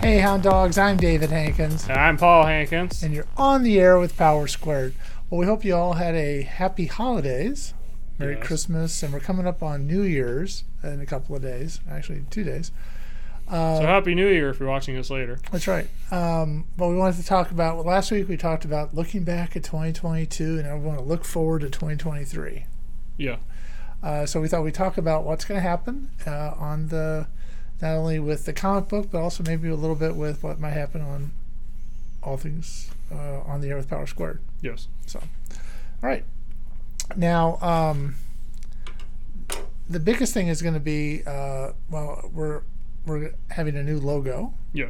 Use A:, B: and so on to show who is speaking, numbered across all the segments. A: Hey, Hound Dogs, I'm David Hankins,
B: I'm Paul Hankins.
A: and you're on the air with Power Squared. Well, we hope you all had a happy holidays, Merry
B: Yes.
A: Christmas, and we're coming up on New Year's in a couple of days, actually, two days.
B: So happy New Year if you're watching this later.
A: That's right. Um, but we wanted to talk about, well, last week we talked about looking back at 2022, and now we want to look forward to 2023.
B: Yeah.
A: Uh, so we thought we'd talk about what's going to happen uh, on the not only with the comic book, but also maybe a little bit with what might happen on all things uh, on the air with Power Squared.
B: Yes.
A: So, all right. Now, um, the biggest thing is going to be uh, well, we're we're having a new logo,
B: Yeah.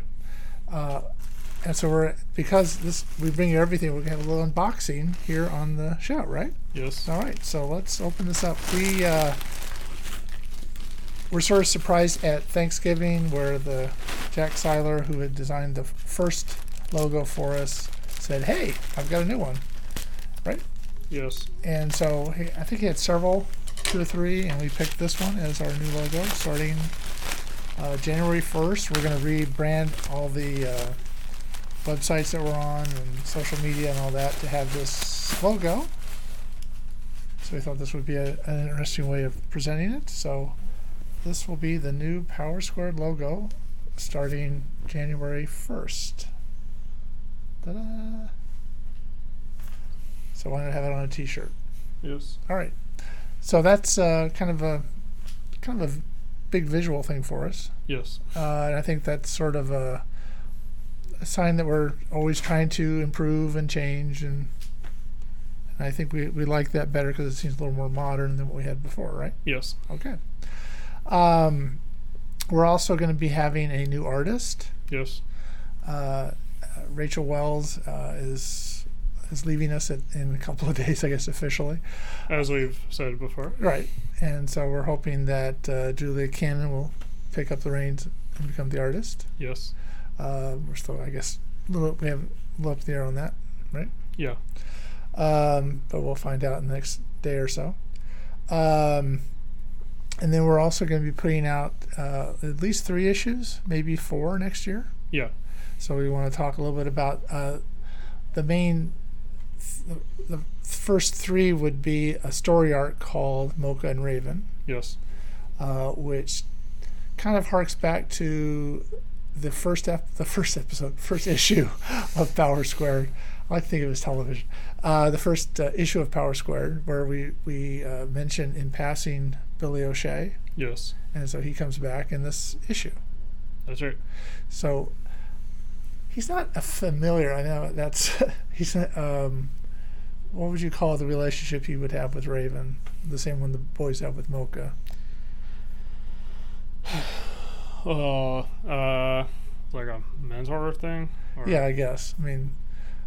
A: and so we're because this we bring you everything. We're going to have a little unboxing here on the show, right?
B: Yes.
A: All right, so let's open this up. We uh, were sort of surprised at Thanksgiving where the Jack Seiler, who had designed the first logo for us, said, "Hey, I've got a new one."
B: Yes.
A: And so he, I think he had several, two or three, and we picked this one as our new logo starting uh, January 1st. We're going to rebrand all the uh, websites that we're on and social media and all that to have this logo. So we thought this would be a, an interesting way of presenting it. So this will be the new Power Squared logo starting January 1st. Ta-da! So I wanted to have it on a t-shirt.
B: Yes.
A: All right. So that's uh, kind of a kind of a big visual thing for us,
B: Yes.
A: uh, and I think that's sort of a, a sign that we're always trying to improve and change, and, and I think we, we like that better because it seems a little more modern than what we had before, right?
B: Yes.
A: Okay. Um, we're also going to be having a new artist.
B: Yes.
A: Uh, Rachel Wells uh, is is leaving us at, in a couple of days, I guess, officially.
B: As we've said before.
A: Right. And so we're hoping that uh, Julia Cannon will pick up the reins and become the artist.
B: Yes.
A: Uh, we're still, I guess, a little, we have a little up in the air on that, right?
B: Yeah.
A: Um, but we'll find out in the next day or so. Um, and then we're also going to be putting out uh, at least three issues, maybe four next year.
B: Yeah.
A: So we want to talk a little bit about uh, the main. The, the first three would be a story arc called Mocha and Raven
B: Yes.
A: uh, which kind of harks back to the first ep- the first episode, first issue of Power Squared. I like to think of it as television. Uh, the first uh, issue of Power Squared, where we we uh, mentioned in passing Billy O'Shea,
B: Yes.
A: and so he comes back in this issue.
B: That's right.
A: So he's not a familiar. I know that's he's not. Um, what would you call the relationship he would have with Raven? The same one the boys have with Mocha.
B: Uh, uh, like a mentor thing. Or,
A: Yeah, I guess. I mean,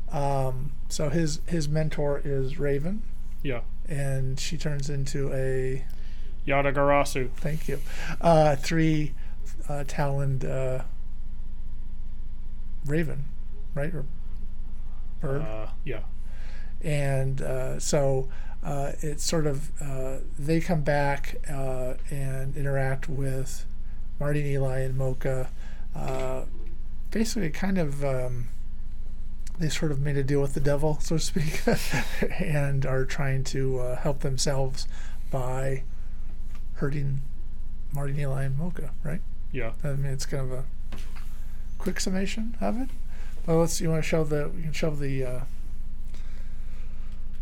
A: um, so his his mentor is Raven,
B: Yeah.
A: and she turns into a
B: Yadagarasu.
A: thank you, uh, three uh, taloned uh, Raven, right or bird,
B: Uh, yeah.
A: and uh, so. Uh, it's sort of uh, they come back uh, and interact with Marty, and Eli, and Mocha. Uh, basically, kind of um, they sort of made a deal with the devil, so to speak, and are trying to uh, help themselves by hurting Marty, Eli, and Mocha. Right?
B: Yeah.
A: I mean, it's kind of a quick summation of it. Well, let's. You want to show the? You can show the. Uh,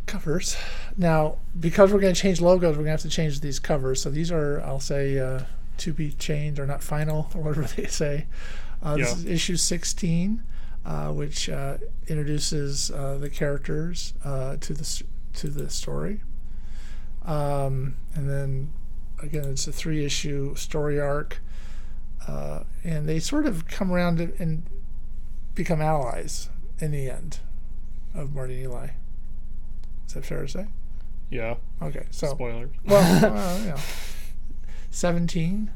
A: covers now because we're going to change logos we're going to have to change these covers so these are i'll say uh, to be changed or not final or whatever they say uh, this
B: Yeah.
A: is issue 16 uh, which uh, introduces uh, the characters uh, to the s- to the story um, and then again it's a three issue story arc uh, and they sort of come around and- and become allies in the end of Marty and Eli. Is that fair to say?
B: Yeah.
A: Okay, so
B: Spoilers.
A: well, uh, yeah, seventeen,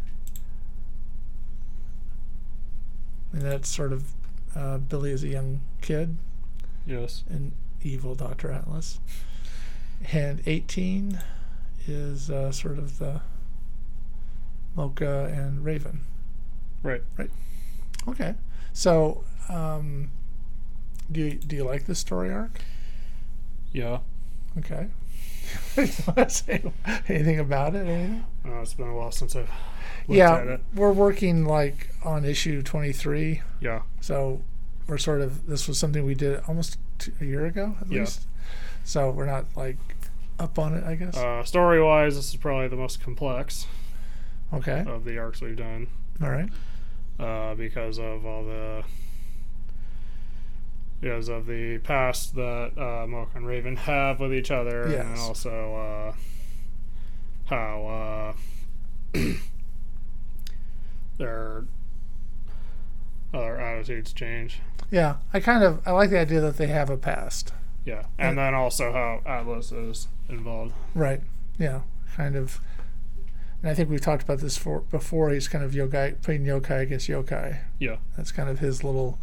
A: and that's sort of uh, Billy is a young kid
B: Yes.
A: and evil Doctor Atlas, and eighteen is uh, sort of the Mocha and Raven.
B: Right.
A: Okay. So, um, do you, do you like this story arc?
B: Yeah.
A: Okay. do you want to say anything about it? or anything?
B: Uh, it's been a while since I've looked at
A: Yeah,
B: it.
A: we're working like on issue twenty three,
B: Yeah.
A: so we're sort of this was something we did almost t- a year ago at
B: Yeah.
A: least. So we're not like up on it, I guess.
B: Uh, story wise, this is probably the most complex
A: okay.
B: of the arcs we've done
A: All right.
B: uh, because of all the. Because of the past that uh, Moke and Raven have with each other, and
A: Yes.
B: also uh, how uh, their other attitudes change.
A: Yeah, I kind of I like the idea that they have a past.
B: Yeah, and then also how Atlas is involved.
A: Right. Yeah. Kind of. And I think we've talked about this for, before. He's kind of yokai, playing yokai against yokai.
B: Yeah.
A: That's kind of his little,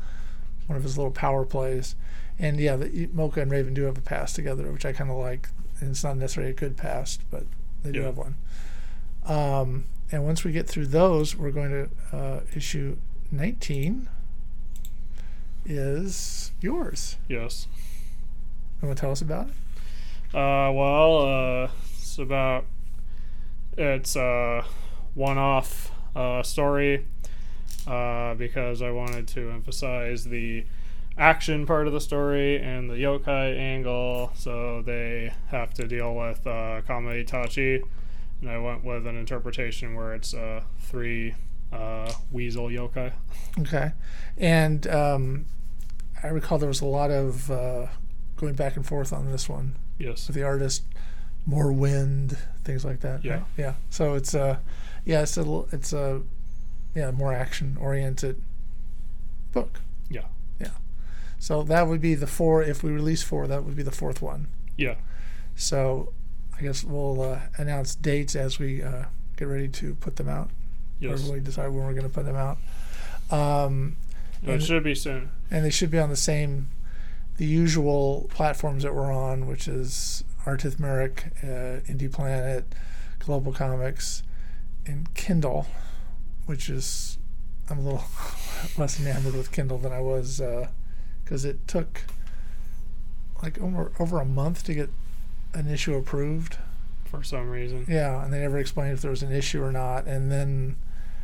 A: one of his little power plays. And yeah, the, e, Mocha and Raven do have a pass together, which I kind of like. And it's not necessarily a good pass, but they do
B: Yeah.
A: have one. Um, and once we get through those, we're going to uh, issue 19 is yours.
B: Yes.
A: You want to tell us about it?
B: Uh, well, uh, it's about it's a one-off uh, story uh, because I wanted to emphasize the action part of the story and the yokai angle. So they have to deal with uh, Kama Itachi, and I went with an interpretation where it's uh, three uh, weasel yokai.
A: Okay. And um, I recall there was a lot of uh, going back and forth on this one
B: Yes.
A: with the artist, more wind, things like that.
B: Yeah.
A: right? Yeah. So it's uh, yeah, it's a little, it's a yeah, more action oriented book.
B: Yeah.
A: Yeah. So that would be the four. If we release four, that would be the fourth one.
B: Yeah.
A: So I guess we'll uh, announce dates as we uh, get ready to put them out,
B: Yes.
A: or we decide when we're going to put them out. Um,
B: It should be soon.
A: and they should be on the same the usual platforms that we're on which is artith merrick uh, indie planet global comics and kindle which is i'm a little less enamored with kindle than i was because it took like over, over a month to get an issue approved
B: for some reason.
A: yeah, and they never explained if there was an issue or not. And then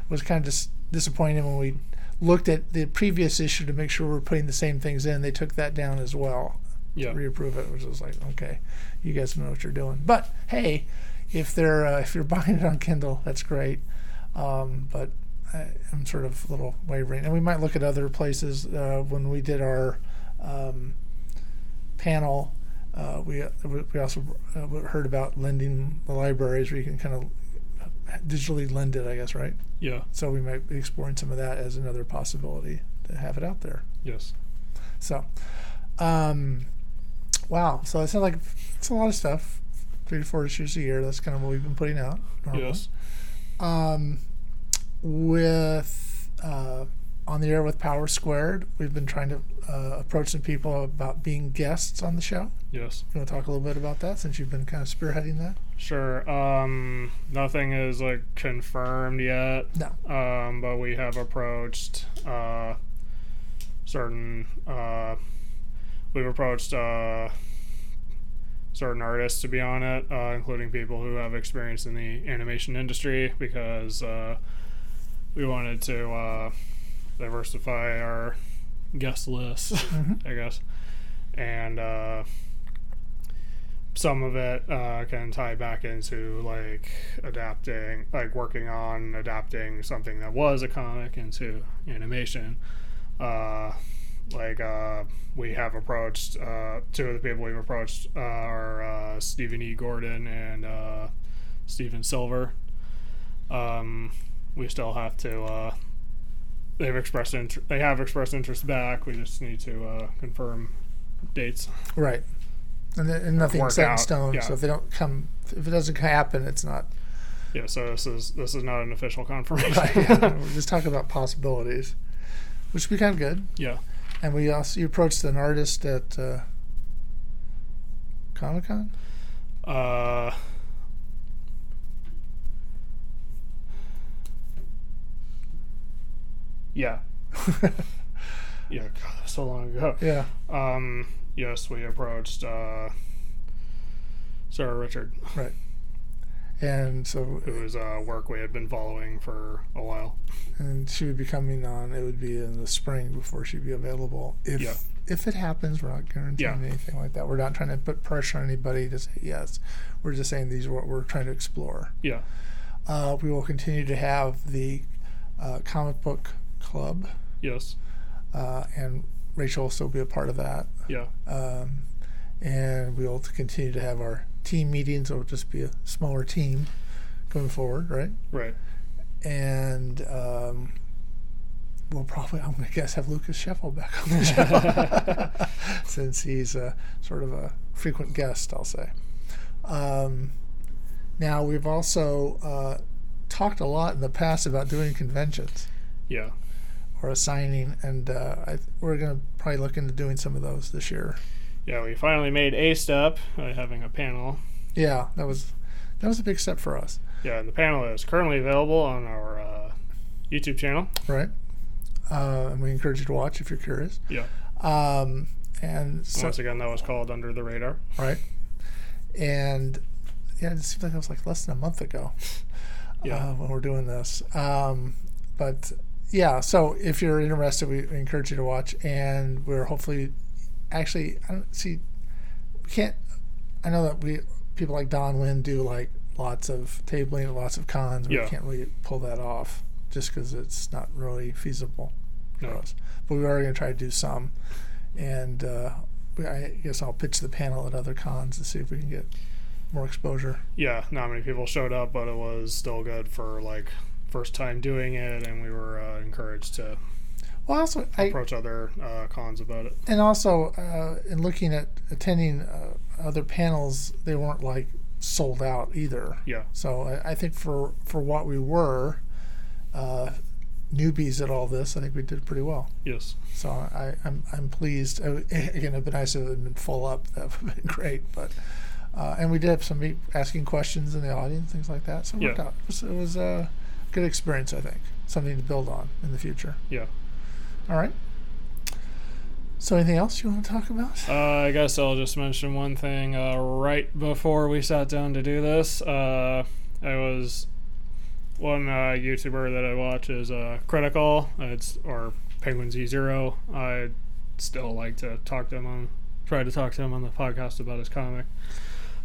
A: it was kind of dis- disappointing when we looked at the previous issue to make sure we were putting the same things in. They took that down as well,
B: Yeah.
A: reapprove it, which was like, okay, you guys know what you're doing. But hey, if they're uh, if you're buying it on Kindle, that's great. Um, but I, I'm sort of a little wavering, and we might look at other places. Uh, when we did our um, panel, uh, we we also uh, heard about lending the libraries where you can kind of digitally lend it, I guess, right?
B: Yeah.
A: So we might be exploring some of that as another possibility to have it out there.
B: Yes.
A: So, um, wow. So it sounds like it's a lot of stuff. Three to four issues a year. That's kind of what we've been putting out. normally.
B: Yes.
A: Um, with uh, on the air with Power Squared, we've been trying to uh, approach some people about being guests on the show.
B: Yes.
A: You want to talk a little bit about that since you've been kind of spearheading that?
B: Sure. Um, nothing is like confirmed yet.
A: No.
B: Um, but we have approached uh, certain. Uh, we've approached uh, certain artists to be on it, uh, including people who have experience in the animation industry, because uh, we wanted to uh, diversify our guest list, I guess, and. Uh, some of it uh, can tie back into like adapting, like working on adapting something that was a comic into animation. Uh, like uh, we have approached uh, two of the people we've approached are uh, Stephen E. Gordon and uh, Stephen Silver. Um, we still have to. Uh, they've expressed inter- they have expressed interest back. We just need to uh, confirm dates.
A: Right. And, th- and nothing
B: Work
A: set in
B: out,
A: stone.
B: yeah.
A: So if they don't come, if it doesn't happen, it's not.
B: Yeah, so this is this is not an official confirmation.
A: Right. Yeah. We're just talking about possibilities, which would be kind of good.
B: yeah.
A: And we also you approached an artist at uh, Comic Con.
B: Uh, yeah. yeah, God, that was so long ago.
A: Yeah.
B: Um, yes, we approached uh, Sarah Richard,
A: And so,
B: who was uh, work we had been following for a while.
A: and she would be coming on. It would be in the spring before she'd be available. If
B: Yeah.
A: if it happens, we're not guaranteeing
B: Yeah.
A: anything like that. We're not trying to put pressure on anybody to say yes. We're just saying these are what we're trying to explore.
B: Yeah,
A: Uh, we will continue to have the uh, comic book club,
B: yes,
A: uh, and Rachel will still be a part of that.
B: yeah,
A: Um, and we'll continue to have our team meetings. It'll just be a smaller team going forward, right?
B: right.
A: and um, we'll probably, I'm going to guess, have Lucas Sheffield back on the show since he's a, sort of a frequent guest, I'll say. Um, now, we've also uh, talked a lot in the past about doing conventions
B: Yeah,
A: or assigning, and uh, I, we're going to probably look into doing some of those this year.
B: yeah. We finally made a step by having a panel.
A: Yeah, that was that was a big step for us,
B: Yeah, and the panel is currently available on our uh, YouTube channel.
A: right? Uh, and we encourage you to watch if you're curious.
B: Yeah.
A: Um, and so,
B: Once again, that was called Under the Radar.
A: right? And yeah, it seems like it was like less than a month ago
B: Yeah,
A: uh, when we're doing this. Um, but yeah, so if you're interested, we encourage you to watch, and we're hopefully actually I don't see we can't. I know that we people like Don Wynn do like lots of tabling, and lots of cons. But
B: Yeah.
A: We can't really pull that off just because it's not really feasible for
B: No.
A: us. But we are going to try to do some, and uh, we- I guess I'll pitch the panel at other cons to see if we can get more exposure.
B: yeah. Not many people showed up, but it was still good for like first time doing it, and we were uh, encouraged to
A: Well, also I
B: approach other uh, cons about it.
A: and also uh, in looking at attending uh, other panels, they weren't like sold out either.
B: Yeah,
A: So I, I think for for what we were, uh, newbies at all this, I think we did pretty well.
B: yes.
A: So I, I'm I'm pleased. Uh, Again, it'd been nice if it had been full up. That would have been great. But uh, and we did have some people asking questions in the audience, things like that. So it worked
B: Yeah.
A: out. It was, it was a good experience. I think something to build on in the future.
B: Yeah.
A: All right. So anything else you want to talk about?
B: Uh, I guess I'll just mention one thing. Uh, right before we sat down to do this, uh, I was one uh, YouTuber that I watch is uh, Critical. Uh, It's or Penguin Z Zero. I still like to talk to him on, try to talk to him on the podcast about his comic,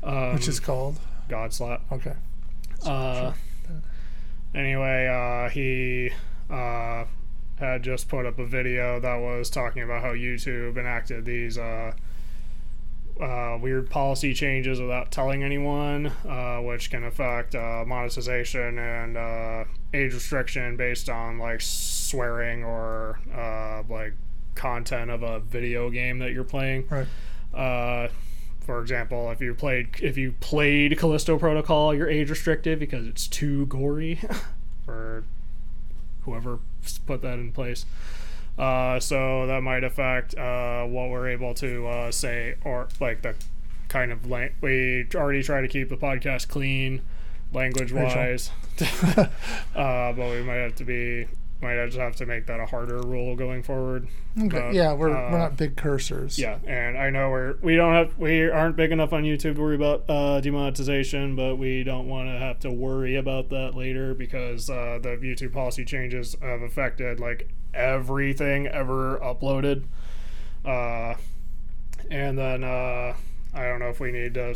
B: um,
A: Which is called
B: Godslap.
A: okay.
B: Uh, anyway, uh, he uh, had just put up a video that was talking about how YouTube enacted these uh, uh, weird policy changes without telling anyone, uh, which can affect uh, monetization and uh, age restriction based on like swearing or uh, like content of a video game that you're playing.
A: Right.
B: Uh, for example, if you played if you played Callisto Protocol, you're age restricted because it's too gory, or whoever s- put that in place. Uh, so that might affect uh, what we're able to uh, say, or like the kind of lang- we already try to keep the podcast clean, language wise, uh, but we might have to be might just have to make that a harder rule going forward.
A: Okay.
B: Uh,
A: yeah, we're
B: uh,
A: we're not big cursors.
B: Yeah, and I know we're we don't have we aren't big enough on YouTube to worry about uh, demonetization, but we don't want to have to worry about that later because uh, the YouTube policy changes have affected like everything ever uploaded. Uh, and then uh, I don't know if we need to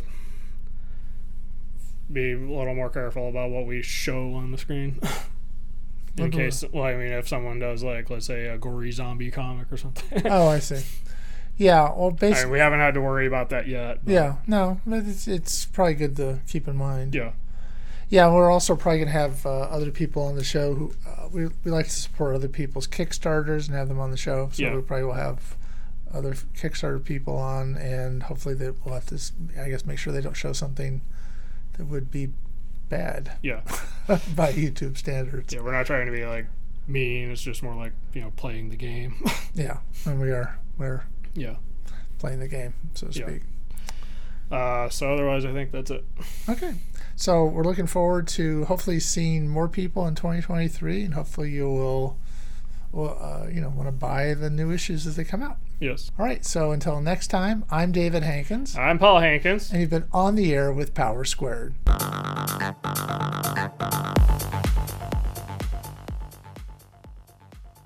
B: be a little more careful about what we show on the screen. In
A: Mhm.
B: case, well, I mean, if someone does like, let's say, a gory zombie comic or something,
A: Oh, I see. Yeah. Well,
B: I mean,
A: basically.
B: we haven't had to worry about that yet. but-
A: Yeah. No, but it's it's probably good to keep in mind.
B: Yeah.
A: Yeah, we're also probably going to have uh, other people on the show who uh, we, we like to support other people's Kickstarters and have them on the show. So
B: Yeah.
A: we probably will have other Kickstarter people on, and hopefully they will have to, s- I guess, make sure they don't show something that would be bad
B: Yeah.
A: by YouTube standards.
B: Yeah. We're not trying to be like mean. It's just more like, you know, playing the game.
A: Yeah, and we are we're
B: yeah.
A: playing the game, so to
B: Yeah.
A: speak.
B: Uh, so otherwise, I think that's it.
A: Okay, so we're looking forward to hopefully seeing more people in 2023, and hopefully you will well, uh, you know, want to buy the new issues as they come out.
B: Yes.
A: All right. So until next time, I'm
B: Uh.
A: David Hankins,
B: I'm Paul Hankins.
A: and you've been on the air with Power Squared.